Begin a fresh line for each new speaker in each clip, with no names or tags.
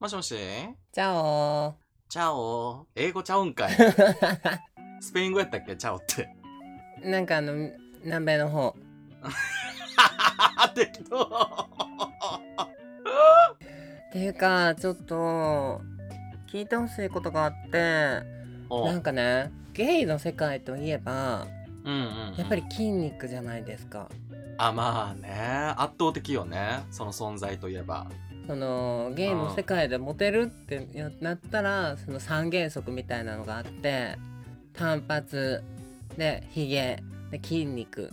もしもし
チャオ
チャオ英語ちゃうんかいスペイン語やったっけチャオって
ーなんかあの南米の方
適当
っていうかちょっと聞いてほしいことがあって
お
なん
う
かねゲイの世界といえば
うんうんうん
やっぱり筋肉じゃないですか
あまあね圧倒的よねその存在といえば
そのゲイの世界でモテるってなったらその三原則みたいなのがあって単発でヒゲで筋肉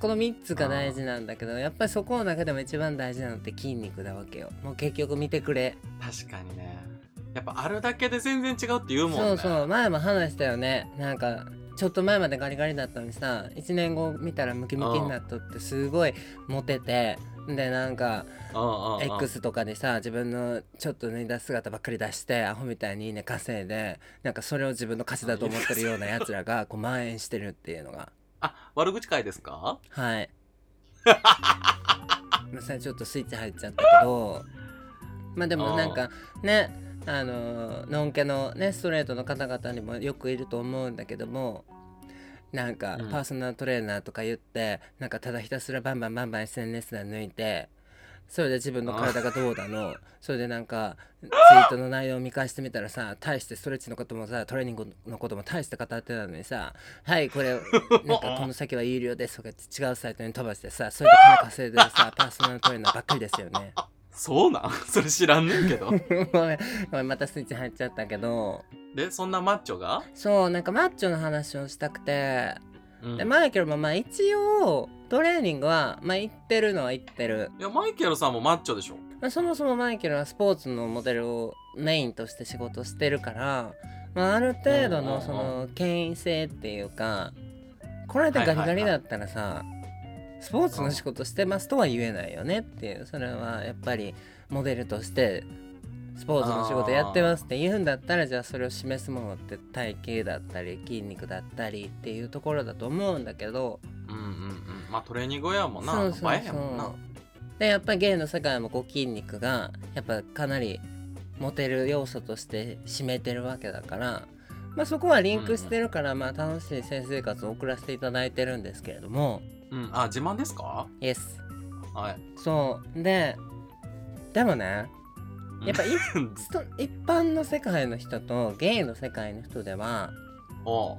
この3つが大事なんだけどやっぱりそこの中でも一番大事なのって筋肉だわけよもう結局見てくれ
確かにねやっぱあるだけで全然違うって言うもんね
そうそう前も話したよねなんかちょっと前までガリガリだったのにさ1年後見たらムキムキになっとってすごいモテてでなんか
うんうんうん
X とかでさ自分のちょっと脱いだ姿ばっかり出してアホみたいにいいね稼いでなんかそれを自分の価値だと思ってるようなやつらがこう蔓延してるっていうのが
あ悪口会ですか
はいまあそれちょっとスイッチ入っちゃったけどまあでもなんかねあのーのんけのねストレートの方々にもよくいると思うんだけどもなんか
うん
パーソナルトレーナーとか言って、なんかただひたすらバンバンバンバン SNS で抜いてそれで自分の体がどうだのそれでなんかツイートの内容を見返してみたらさ大してストレッチのこともさトレーニングのことも大して語ってたのにさ「は いこれなんかこの先は有料です」とかって違うサイトに飛ばしてさそれで金稼いでる さパーソナルトレーナーばっかりですよね。
そうなん それ知らんねんけど
ごめんごめんまたスイッチ入っちゃったけど
でそんなマッチョが、
そうなんかマッチョの話をしたくて
うん
でマイケルもまあ一応トレーニングはまあ行ってるのは行ってる、
いやマイケルさんもマッチョでしょ
まあ、そもそもマイケルはスポーツのモデルをメインとして仕事してるから、まあ、ある程度
うんうんう
の
ん
その権威性っていうかこれでガリガリだったらさ、スポーツの仕事してますとは言えないよねっていうそれはやっぱりモデルとしてスポーツの仕事やってますって言うんだったらじゃあそれを示すものって体型だったり筋肉だったりっていうところだと思うんだけど、
うんうんうんまあトレーニングやもんな
そうそうそう
映えへんもんな
でやっぱり芸の世界もこう筋肉がやっぱかなりモテる要素として占めてるわけだから、まあ、そこはリンクしてるから、まあ、楽しい性生活を送らせていただいてるんですけれども
うんあ自慢ですか
イエス
はい
そうででもねやっぱい
うん
と一般の世界の人とゲイの世界の人では
おう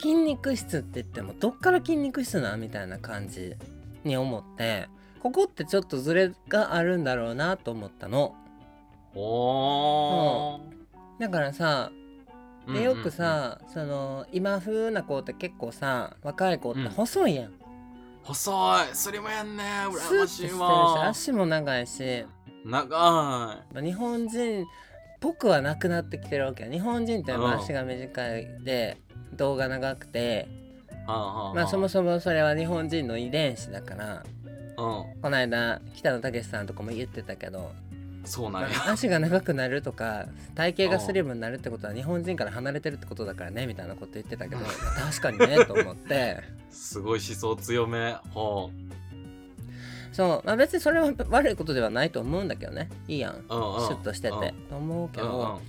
筋肉質って言ってもどっから筋肉質なんみたいな感じに思ってここってちょっとズレがあるんだろうなと思ったの。
おー
だからさ
うんうんうん
でよくさ、その今風な子って結構さ若い子って細いやん、
細いスリムやんね
ス
羨
ーッ
ま
てして
し
る
い
し
わ
足も長いし
長い
まあ日本人っぽくはなくなってきてるわけよ日本人ってまあ
うん
足が短いで動画長くて、
ま
まあそもそもそれは日本人の遺伝子だから
う
この間北野武さんとかも言ってたけど、
んそうなん
ま
や
あ足が長くなるとか体型がスリムになるってことは日本人から離れてるってことだからねみたいなこと言ってたけど、
うん
まあ確かにねと思って。
すごい思想強めほ
そう、まあ、別にそれは悪いことではないと思うんだけどねいいやん、
ううんうん
シュッとしてて、
うん
と思うけ
う
ど、
んうん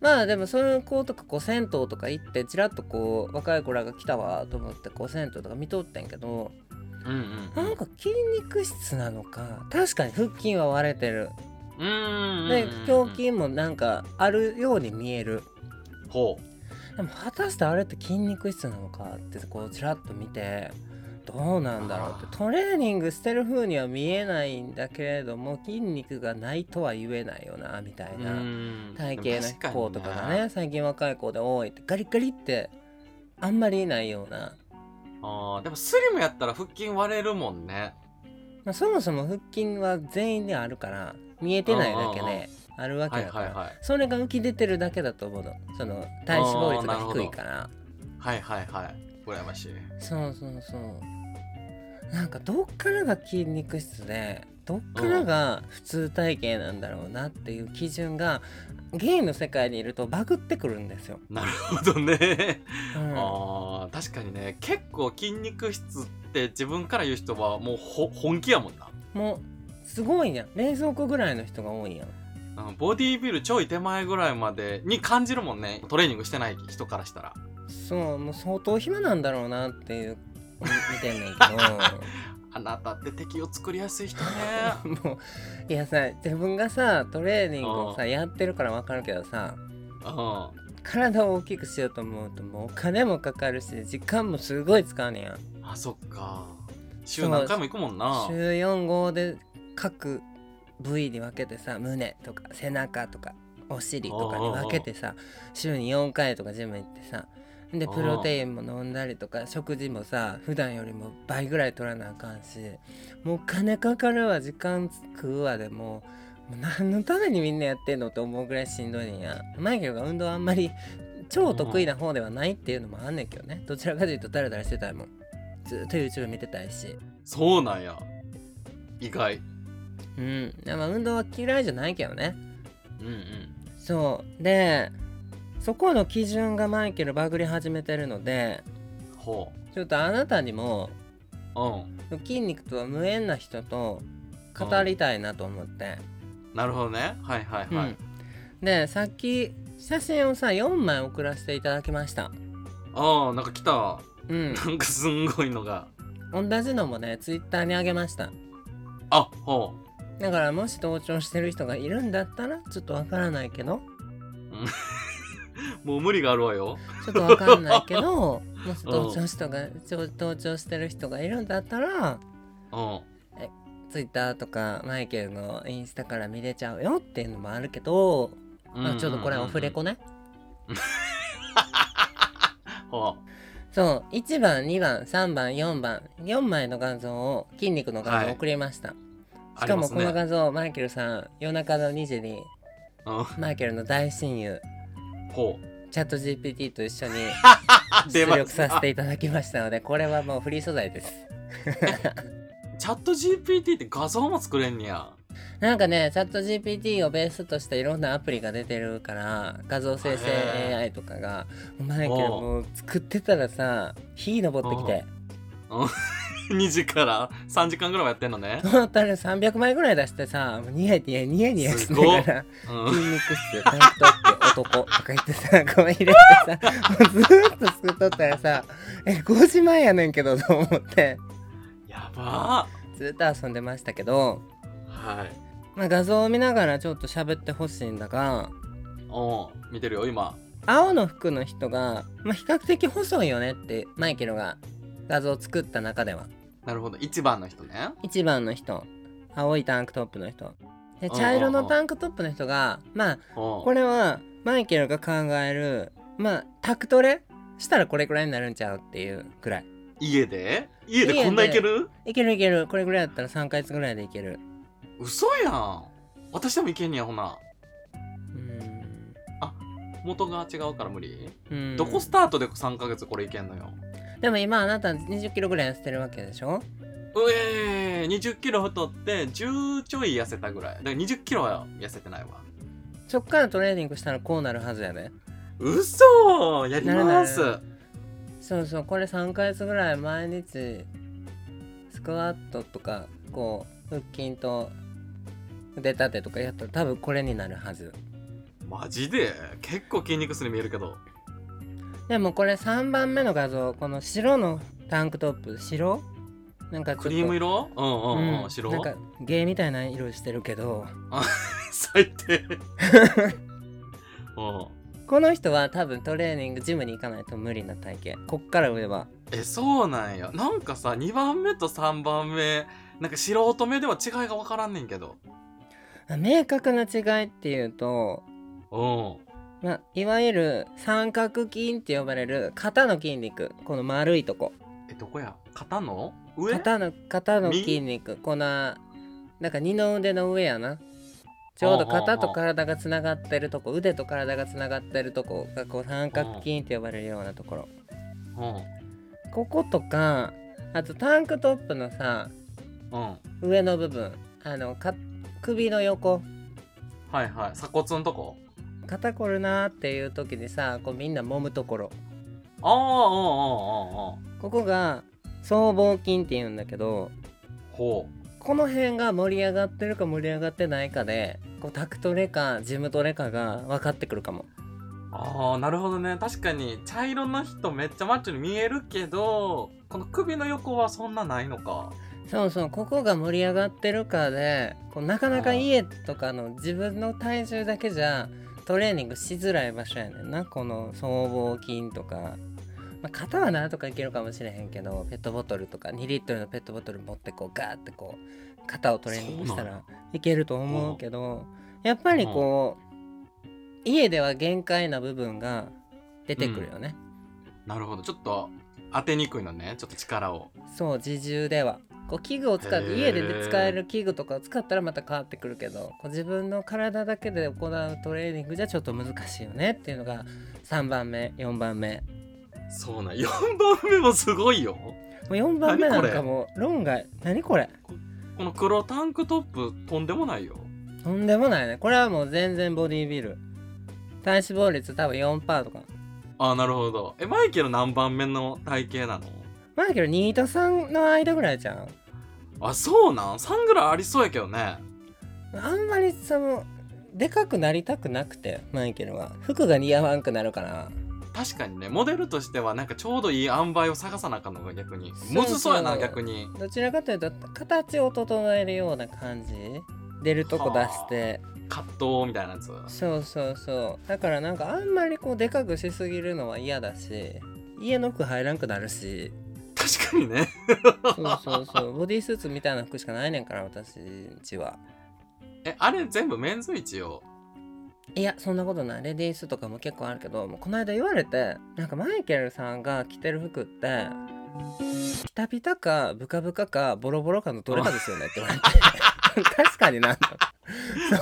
まあでもそういう子とかこう銭湯とか行ってちらっとこう若い子らが来たわと思ってこう銭湯とか見とってんけど
うんうん
なんか筋肉質なのか確かに腹筋は割れてる
うんうんうん
で
うん
胸筋もなんかあるように見える
ほう
でも果たしてあれって筋肉質なのかってこうちらっと見てどうなんだろう
あ
ってトレーニングしてる風には見えないんだけれども筋肉がないとは言えないよなみたいな体型の子とかがね最近若い子で多いってガリガリってあんまりいないような、
あーでもスリムやったら腹筋割れるもんね
まあ、そもそも腹筋は全員であるから見えてないだけ
うんうんうん
であるわ
は
け
い
だか
はい
ら
はい
それが浮き出てるだけだと思うのその体脂肪率
あーなる
が
ほど
低いから。
はいはいはい羨ましい
そうそうそうなんかどっからが筋肉質でどっからが普通体型なんだろうなっていう基準がゲイの世界にいるとバグってくるんですよ。
なるほどね
うん、
あー確かにね結構筋肉質って自分から言う人はもうほ本気やもんな
もうすごいやん冷蔵庫ぐらいの人が多いやん。
うんボディービルちょい手前ぐらいまでに感じるもんねトレーニングしてない人からしたら
そうもう相当暇なんだろうなっていう見てんねんけ
あなたって敵を作りやすい人ね
どもういやさ自分がさトレーニングをさやってるから分かるけどさ
う
体を大きくしようと思うともうお金もかかるし時間もすごい使うねんや
んあそっか週何回も行くもんな
週4号で各部位に分けてさ胸とか背中とかお尻とかに分けてさ週に4回とかジム行ってさでプロテインも飲んだりとか食事もさ普段よりも倍ぐらい取らなあかんしもうお金かかるわ時間食うわでもうもう何のためにみんなやってんのと思うぐらいしんどいんやマイケルが運動あんまり超得意な方ではないっていうのもあんねんけどねどちらかというとダラダラしてたいもんずっと YouTube 見てたいし
そうなんや意外
うん、まあ運動は嫌いじゃないけどね
うんうん
そうでそこの基準がマイケルバグり始めてるので
ほ
ちょっとあなたにも
ううん
筋肉とは無縁な人と語りたいなと思って、
なるほどねはいはいうはい、
ん、でさっき写真をさ4枚送らせていただきました
ああなんか来た
うん
なんかすんごいのが
同じのもねツイッターにあげました
あほ
だからもし同調してる人がいるんだったらちょっとわからないけど
うもう無理があるわよ
ちょっとわかんない けどもし同調人がちょ同調してる人がいるんだったら
うん
ツイッターとかマイケルのインスタから見れちゃうよっていうのもあるけど、まあちょっとこれはオフレコね、
ほ
そう1番2番3番4番4枚の画像を筋肉の画像を送りました、
う
しかもこの
が
画像、マイケルさん夜中の2時に
う
マイケルの大親友
んほう
チャット GPT と一緒に
あ
出
出ま
力させていただきましたのでこれはもうフリー素材です
チャット GPT って画像も作れんねや
なんかね、チャット GPT をベースとしたいろんなアプリが出てるから、画像生成
へ
AI とかが、マイケル
おう
もう作ってたらさ、火登ってきて、
2時から3時間ぐらいはやってんのね
ト、ータル300枚ぐらい出してさ、もうニヤニヤニヤニヤし
す
な
ご
が
っ
ら、
う
筋
ん、
肉質、タイプって男とか言っ てさ、こう入れてさ、もうずーっと作っとったらさ、え、5時前やねんけどと思って、
やば
ずーっと遊んでましたけど、
ーはい
まあ画像を見ながらちょっと喋ってほしいんだ
う
が、
ん見てるよ今
青の服の人が、まあ、比較的細いよねってマイケルが画像を作った中では
なるほど1番の人ね
1番の人青いタンクトップの人
うん
で
うんうん
茶色のタンクトップの人がまあ
ほ
これはマイケルが考えるまあタクトレしたらこれくらいになるんちゃうっていうくらいう
家で家でこんないける
いけるいけるこれくらいだったら3ヶ月ぐらいでいける
嘘やん私でもいけんねやほな
うー
元が違うから無理、
んうん
どこスタートで3ヶ月これいけんのよ
でも今あなた2 0キロぐらい痩せてるわけでしょ
うえー、2 0キロ太って10ちょい痩せたぐらいだから2 0キロは痩せてないわ
そっからトレーニングしたらこうなるはずやね
嘘やります
なるなそうそうこれ3ヶ月ぐらい毎日スクワットとかこう腹筋と腕立てとかやったら多分これになるはず
マジで結構筋肉質に見えるけど
でもこれ3番目の画像この白のタンクトップ白なんかちょっと
クリーム色うんうんうん、白
なんかゲーみたいな色してるけど
最 低うん
この人は多分トレーニングジムに行かないと無理な体型こっから上は
えそうなんやなんかさ2番目と3番目なんか素人目では違いが分からんねんけど
明確な違いっていうと
うん
まあ、いわゆる三角筋って呼ばれる肩の筋肉この丸いとこ
えどこや肩の上
肩の肩の筋肉このなんか二の腕の上やなちょうど肩と体がつながってるとこ腕と体がつながってるとこがこう三角筋って呼ばれるようなところ
うん
こことかあとタンクトップのさ
うんはい
上の部分あのか首の横
はい鎖骨のとこ
肩こるなーっていう時にさこうみんな揉むところ
ああああああああ
ここが僧帽筋って言うんだけど
ほう
この辺が盛り上がってるか盛り上がってないかでこうタクトレかジムトレかが分かってくるかも
ああなるほどね確かに茶色の人めっちゃマッチョに見えるけどこの首の横はそんなないのか
そうそうここが盛り上がってるかでこうなかなか家とかの自分の体重だけじゃトレーニングしづらい場所やねんなこの僧帽筋とか、まあ、肩はなんとかいけるかもしれへんけどペットボトルとか2リットルのペットボトル持ってこうガーってこう肩をトレーニングした
そうな
らいけると思うけどやっぱりこう家では限界な部分が出てくるよね、
なるほどちょっと当てにくいのねちょっと力を
そう自重ではこう器具を使っ
へ
て
ー
家でで使える器具とかを使ったらまた変わってくるけどこう自分の体だけで行うトレーニングじゃちょっと難しいよねっていうのが3番目4番目
そうなん4番目もすごいよ
もう4番目な
何こ
ん
れ
かもう論外何これ
この黒タンクトップとんでもないよ
とんでもないねこれはもう全然ボディービル体脂肪率多分4%とか
ああなるほどえマイケル何番目の体型なの
まあだけど2と3の間ぐらいじゃん
あそうなん3ぐらいありそうやけどね
あんまりそのでかくなりたくなくてマイケルは服が似合わんくなるから
確かにねモデルとしてはなんかちょうどいい塩梅を探さなあかんのが逆に
そうそう
むずそうやな逆に
どちらかというと形を整えるような感じ出るとこ出して
葛藤みたいなやつ
そうそうそうだからなんかあんまりこうでかくしすぎるのは嫌だし家の服入らんくなるし
確かにね
そうそうそうボディースーツみたいな服しかないねんから私んちは
えあれ全部メンズ一 応
いやそんなことないレディースとかも結構あるけどもうこの間言われてなんかマイケルさんが着てる服ってピタピタかブカブカかボロボロかのどれかですよねって言われて確かになんか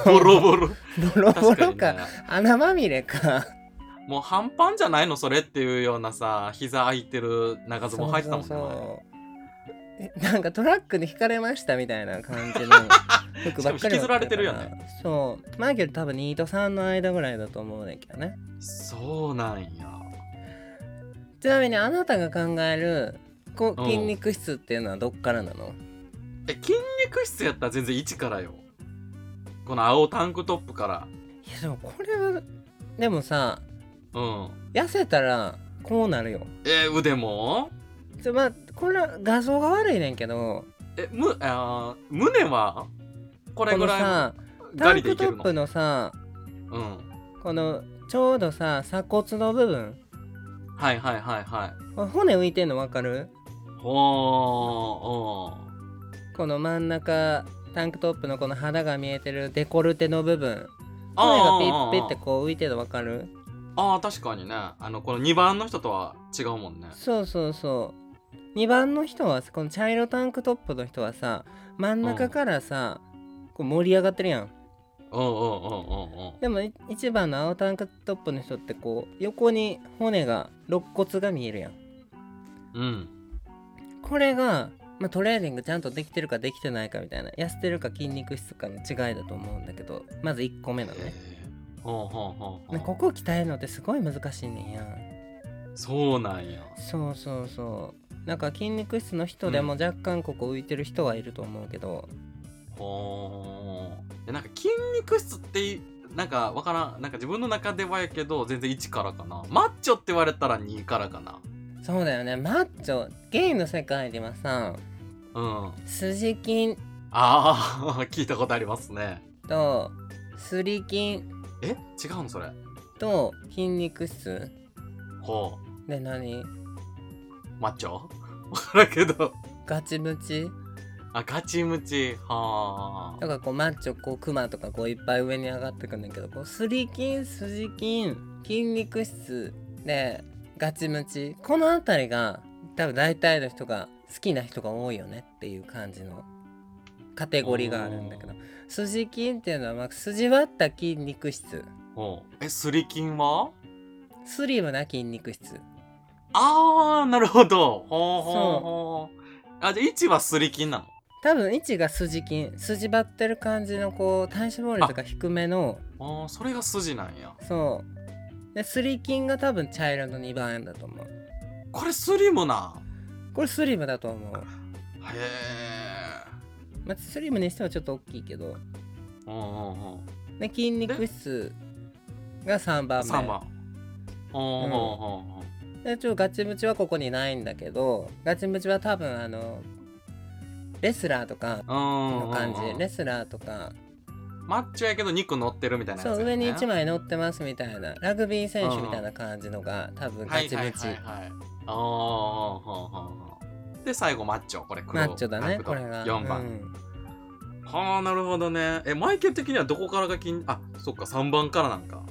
ボロボロ
ボロボ
確か
ロ
に
か
ね
穴まみれか
もう半パンじゃないのそれっていうようなさ膝空いてる長ズボン履いてたもんね
そうそう
前
そうえなんかトラックに引かれましたみたいな感 じの服ばっかり
しかも引きずられてるよね
だったからそうマイケル多分2と3の間ぐらいだと思うねんけどね
そうなんや
ちなみにあなたが考えるこう
うん
筋肉質っていうのはどっからなの
え筋肉質やったら全然1からよこの青タンクトップから
いやでもこれはでもさ
うん
痩せたらこうなるよ
えー腕も
ちょまあこれは画像が悪いねんけど
えむあー胸はこれ
こ
ぐ
の
ら
さ
い
タ
ガ
ン
リで
ク
い
ト
けるの
ップのさ
うん
このちょうどさ鎖骨の部分
はいはいはいはい
これ骨浮いてんの分かる
ほーうん
この真ん中タンクトップのこの肌が見えてるデコルテの部分骨がピ
あ
ッ
ー
ピッってこう浮いてるの分かる
あー確かにねあのこの2番の人とは違うもんね
そうそうそう2番の人はさこの茶色タンクトップの人はさ真ん中からさ、こう盛り上がってるやん
うんうんうんうんうん
でも1番の青タンクトップの人ってこう横に骨が肋骨が見えるやん
うん
これが、まあ、トレーニングちゃんとできてるかできてないかみたいな痩せてるか筋肉質かの違いだと思うんだけどまず1個目なのね
えーほうほうほう
ね
ほ
ここを鍛えるのってすごい難しいねんや
うそうなんや
そうそうそうなんか筋肉質の人でも若干ここ浮いてる人はいると思うけど、
ほーえなんか筋肉質っていなんかわからんなんか自分の中ではやけど全然1からかなマッチョって言われたら2からかな
そうだよねマッチョゲイの世界ではさ
うん
筋筋
ああ 聞いたことありますね
とすり筋
え違うのそれ
と筋肉質
ほ
で何
うマッチョ わからんけど
ガチムチ
あガチムチは
だからこうマッチョこうクマとかこういっぱい上に上がってくんだけどこうすり筋筋筋筋肉質でガチムチこの辺りが多分大体の人が好きな人が多いよねっていう感じのカテゴリーがあるんだけど
お
筋筋っていうのはまあ筋割った筋肉質
あほうえすり筋は
スリムな筋肉質
ああなるほどほうほうほうあじゃあ1はすり筋なの
多分位置が筋筋筋張ってる感じのこう体脂肪率が低めの
あーそれが筋なんや
そうでスリ筋が多分茶色の2番だと思う
これスリムなん
これスリムだと思う、
へえ。
まあ、スリムにしてはちょっと大きいけど
うんうんうん。
で筋肉質が3番目
3番おー
うん
ほうほうほう
でちょガチムチはここにないんだけどガチムチは多分あのレスラーとか
うん
の感
うんう
じ
ん
レスラーとか
マッチョやけど肉乗ってるみたいなや
そ
つ、
う
ね、
上に1
枚
枚乗ってますみたいなラグビー選手みたいな感じのが多分ガチムチ
はいはいはいはいあーほうほうほうで最後マッチョこれ黒
マッチョだ
タン
ね
クトッ
こ
プ
れが
4番、
うん
はあなるほどねえマイケル的にはどこからが筋あそっか3番からなんか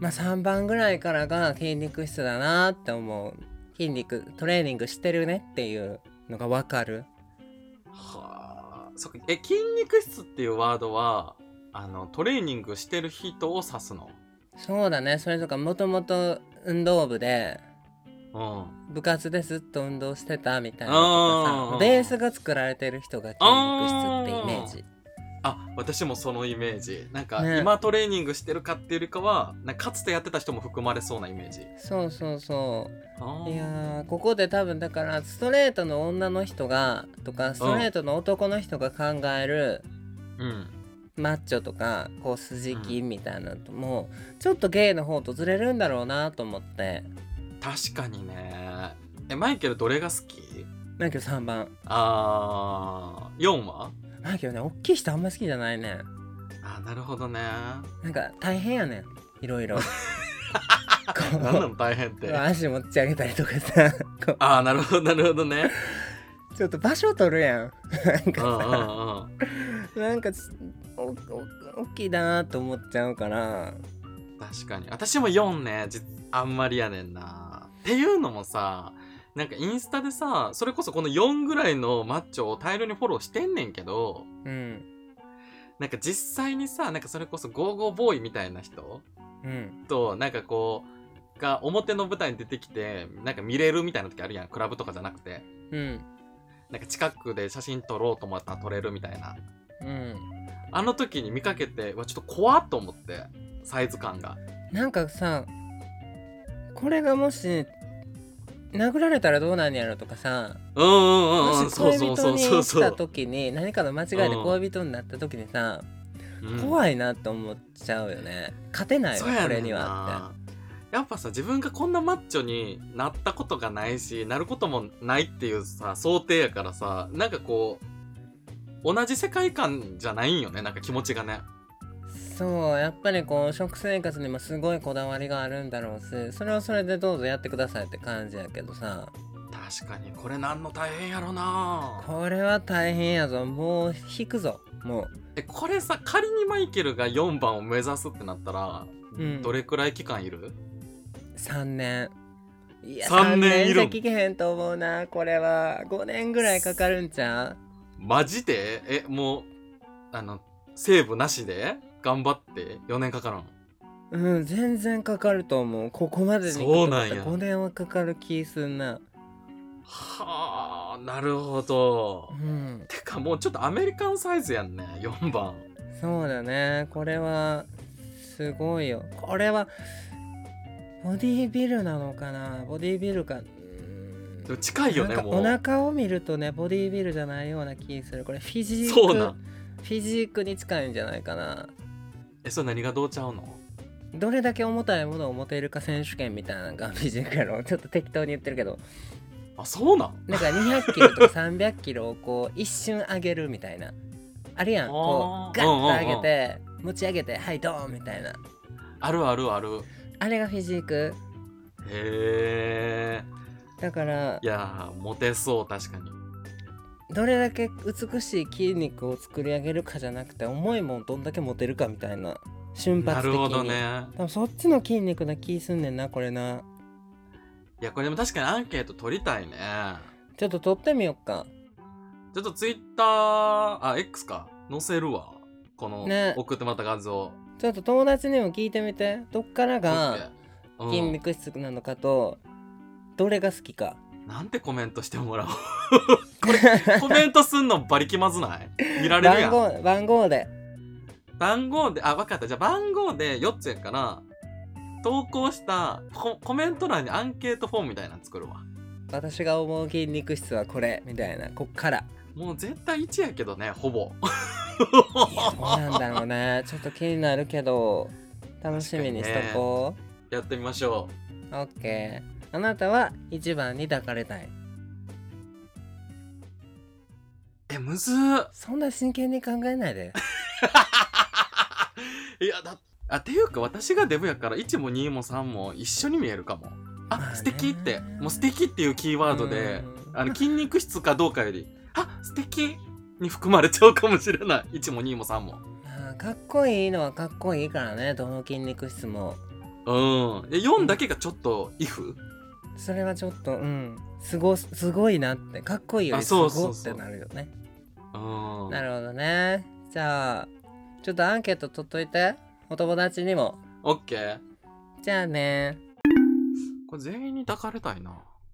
まあ3番ぐらいからが筋肉質だなって思う筋肉トレーニングしてるねっていうのが分かる
はあそっかえ筋肉質っていうワードはあのトレーニングしてる人を指すの
そうだねそれとかもともと運動部で
うん
部活でずっと運動してたみたいな
あ
と
ー
かさベースが作られてる人が筋肉質ってイメージ
あ私もそのイメージなんか、
ね
今トレーニングしてるかっていうよりかはなんかかつてやってた人も含まれそうなイメージ
そうそうそう
あ
いやーここで多分だからストレートの女の人がとかストレートの男の人が考える
うん
マッチョとかこう筋金みたいなのともちょっとゲイの方とずれるんだろうなと思って
確かにねえマイケルどれが好き
マイケル3番
あー4は
マイケルね大きい人あんま好きじゃないね
あーなるほどね
なんか大変やねんいろいろこう
何 なの大変ってあ
足持ち上げたりとかさ こ
あーなるほどなるほどね
うちょっと場所取るやんなん
うんうんうん
かさなんかすおお大きいなーと思っちゃうから
確かに私も4ねじあんまりやねんなっていうのもさなんかインスタでさそれこそこの4ぐらいのマッチョを大量にフォローしてんねんけど
うん
なんか実際にさなんかそれこそゴーゴーボーイみたいな人
うん
となんかこうが表の舞台に出てきてなんか見れるみたいな時あるやんクラブとかじゃなくて
うん
なんか近くで写真撮ろうと思ったら撮れるみたいな
うん
あの時に見かけてうわちょっと怖っと思ってサイズ感が
なんかさこれがもし殴られたらどうなんやろとかさ
うんうんうんうん
もし
そう
恋
そ
人
うそう
に
そう
し
そ
た
う、
時に何かの間違いで恋人になった時にさ
うん
怖いなと思っちゃうよね勝てない
そ
わ
うやねんな
これにはっ
やっぱさ自分がこんなマッチョになったことがないしなることもないっていうさ想定やからさなんかこう同じ世界観じゃないんよねなんか気持ちがね
てそうやっぱりこう食生活にもすごいこだわりがあるんだろうしそれはそれでどうぞやってくださいって感じやけどさ
確かにこれなんの大変やろな
これは大変やぞもう引くぞも
えこれさ仮にマイケルが4番を目指すってなったら、
うん
どれくらい期間いる
う3年いや
三
3
年
年
い
じ
る
ゃ聞けへんと思うなこれは5年ぐらいかかるんちゃう
マジでえもうあのセーブなしで頑張って4年かからん
うん全然かかると思うここまでに
そうなんや
5年はかかる気すんな
はあなるほど
うん
てかもうちょっとアメリカンサイズやんね4番
そうだねこれはすごいよこれはボディービルなのかなボディービルかうん
でも近いよね
なんか
も
お
う
腹を見るとねボディービルじゃないような気するこれフィジーク
そうなん
フィジークに近いんじゃないかな
えそれ何がどうちゃうの
どれだけ重たいものを持てるか選手権みたいなのがフィジークやろちょっと適当に言ってるけど
あそうなん
なんか200キロとか300キロをこう一瞬上げるみたいなあるやんこ
あー
うガッと上げて持ち上げてはいドーンみたいな
あるあるある
あれがフィジーク
へえ
だから
いやーモテそう確かに
どれだけ美しい筋肉を作り上げるかじゃなくて重いもんどんだけ持てるかみたいな瞬
な
発
る
的に
ほどね
多分そっちの筋肉な気すんねんなこれない
やこれでも確かにアンケート取りたいね
ちょっと撮ってみよっか
ちょっとツイッターあ X か載せるわこの、
ね
送ってもらった画像
ちょっと友達にも聞いてみてどっからが
オッケーうん
筋肉質なのかとどれが好きか
なんてコメントしてもらおう コメントすんのバリ気まずない見られるや
番
ん
号 番号で
番号で、あ、わかった。じゃあ番号で4つやから、投稿したココメント欄にアンケートフォームみたいなの作るわ。
私 が思う筋肉質はこれみたいなこっから
もう絶対1やけどね、ほぼ。
どうなんだろうねちょっと気になるけど楽しみにしとこ
やってみましょ
う、オッケーあなたは1番に抱かれたいう
えむずー
そんな真剣に考えないで
いやだあっていうか私がデブやから1も2も3も一緒に見えるかもあ、
まあね
素敵ってもう素敵っていうキーワードで
うん
あの筋肉質かどうかよりあ素敵に含まれちゃうかもしれない1も2も3も
まあかっこいいのはかっこいいからねどの筋肉質も
うんで4だけがちょっとイフ
それはちょっとうんすごすごいなってかっこいいより
あ
す
そ
ご
うそう
っ
そ
て
う
なるよね
うん
なるほどねじゃあちょっとアンケート取っといてお友達にも
オッケー
じゃあね
これ全員に抱かれたいな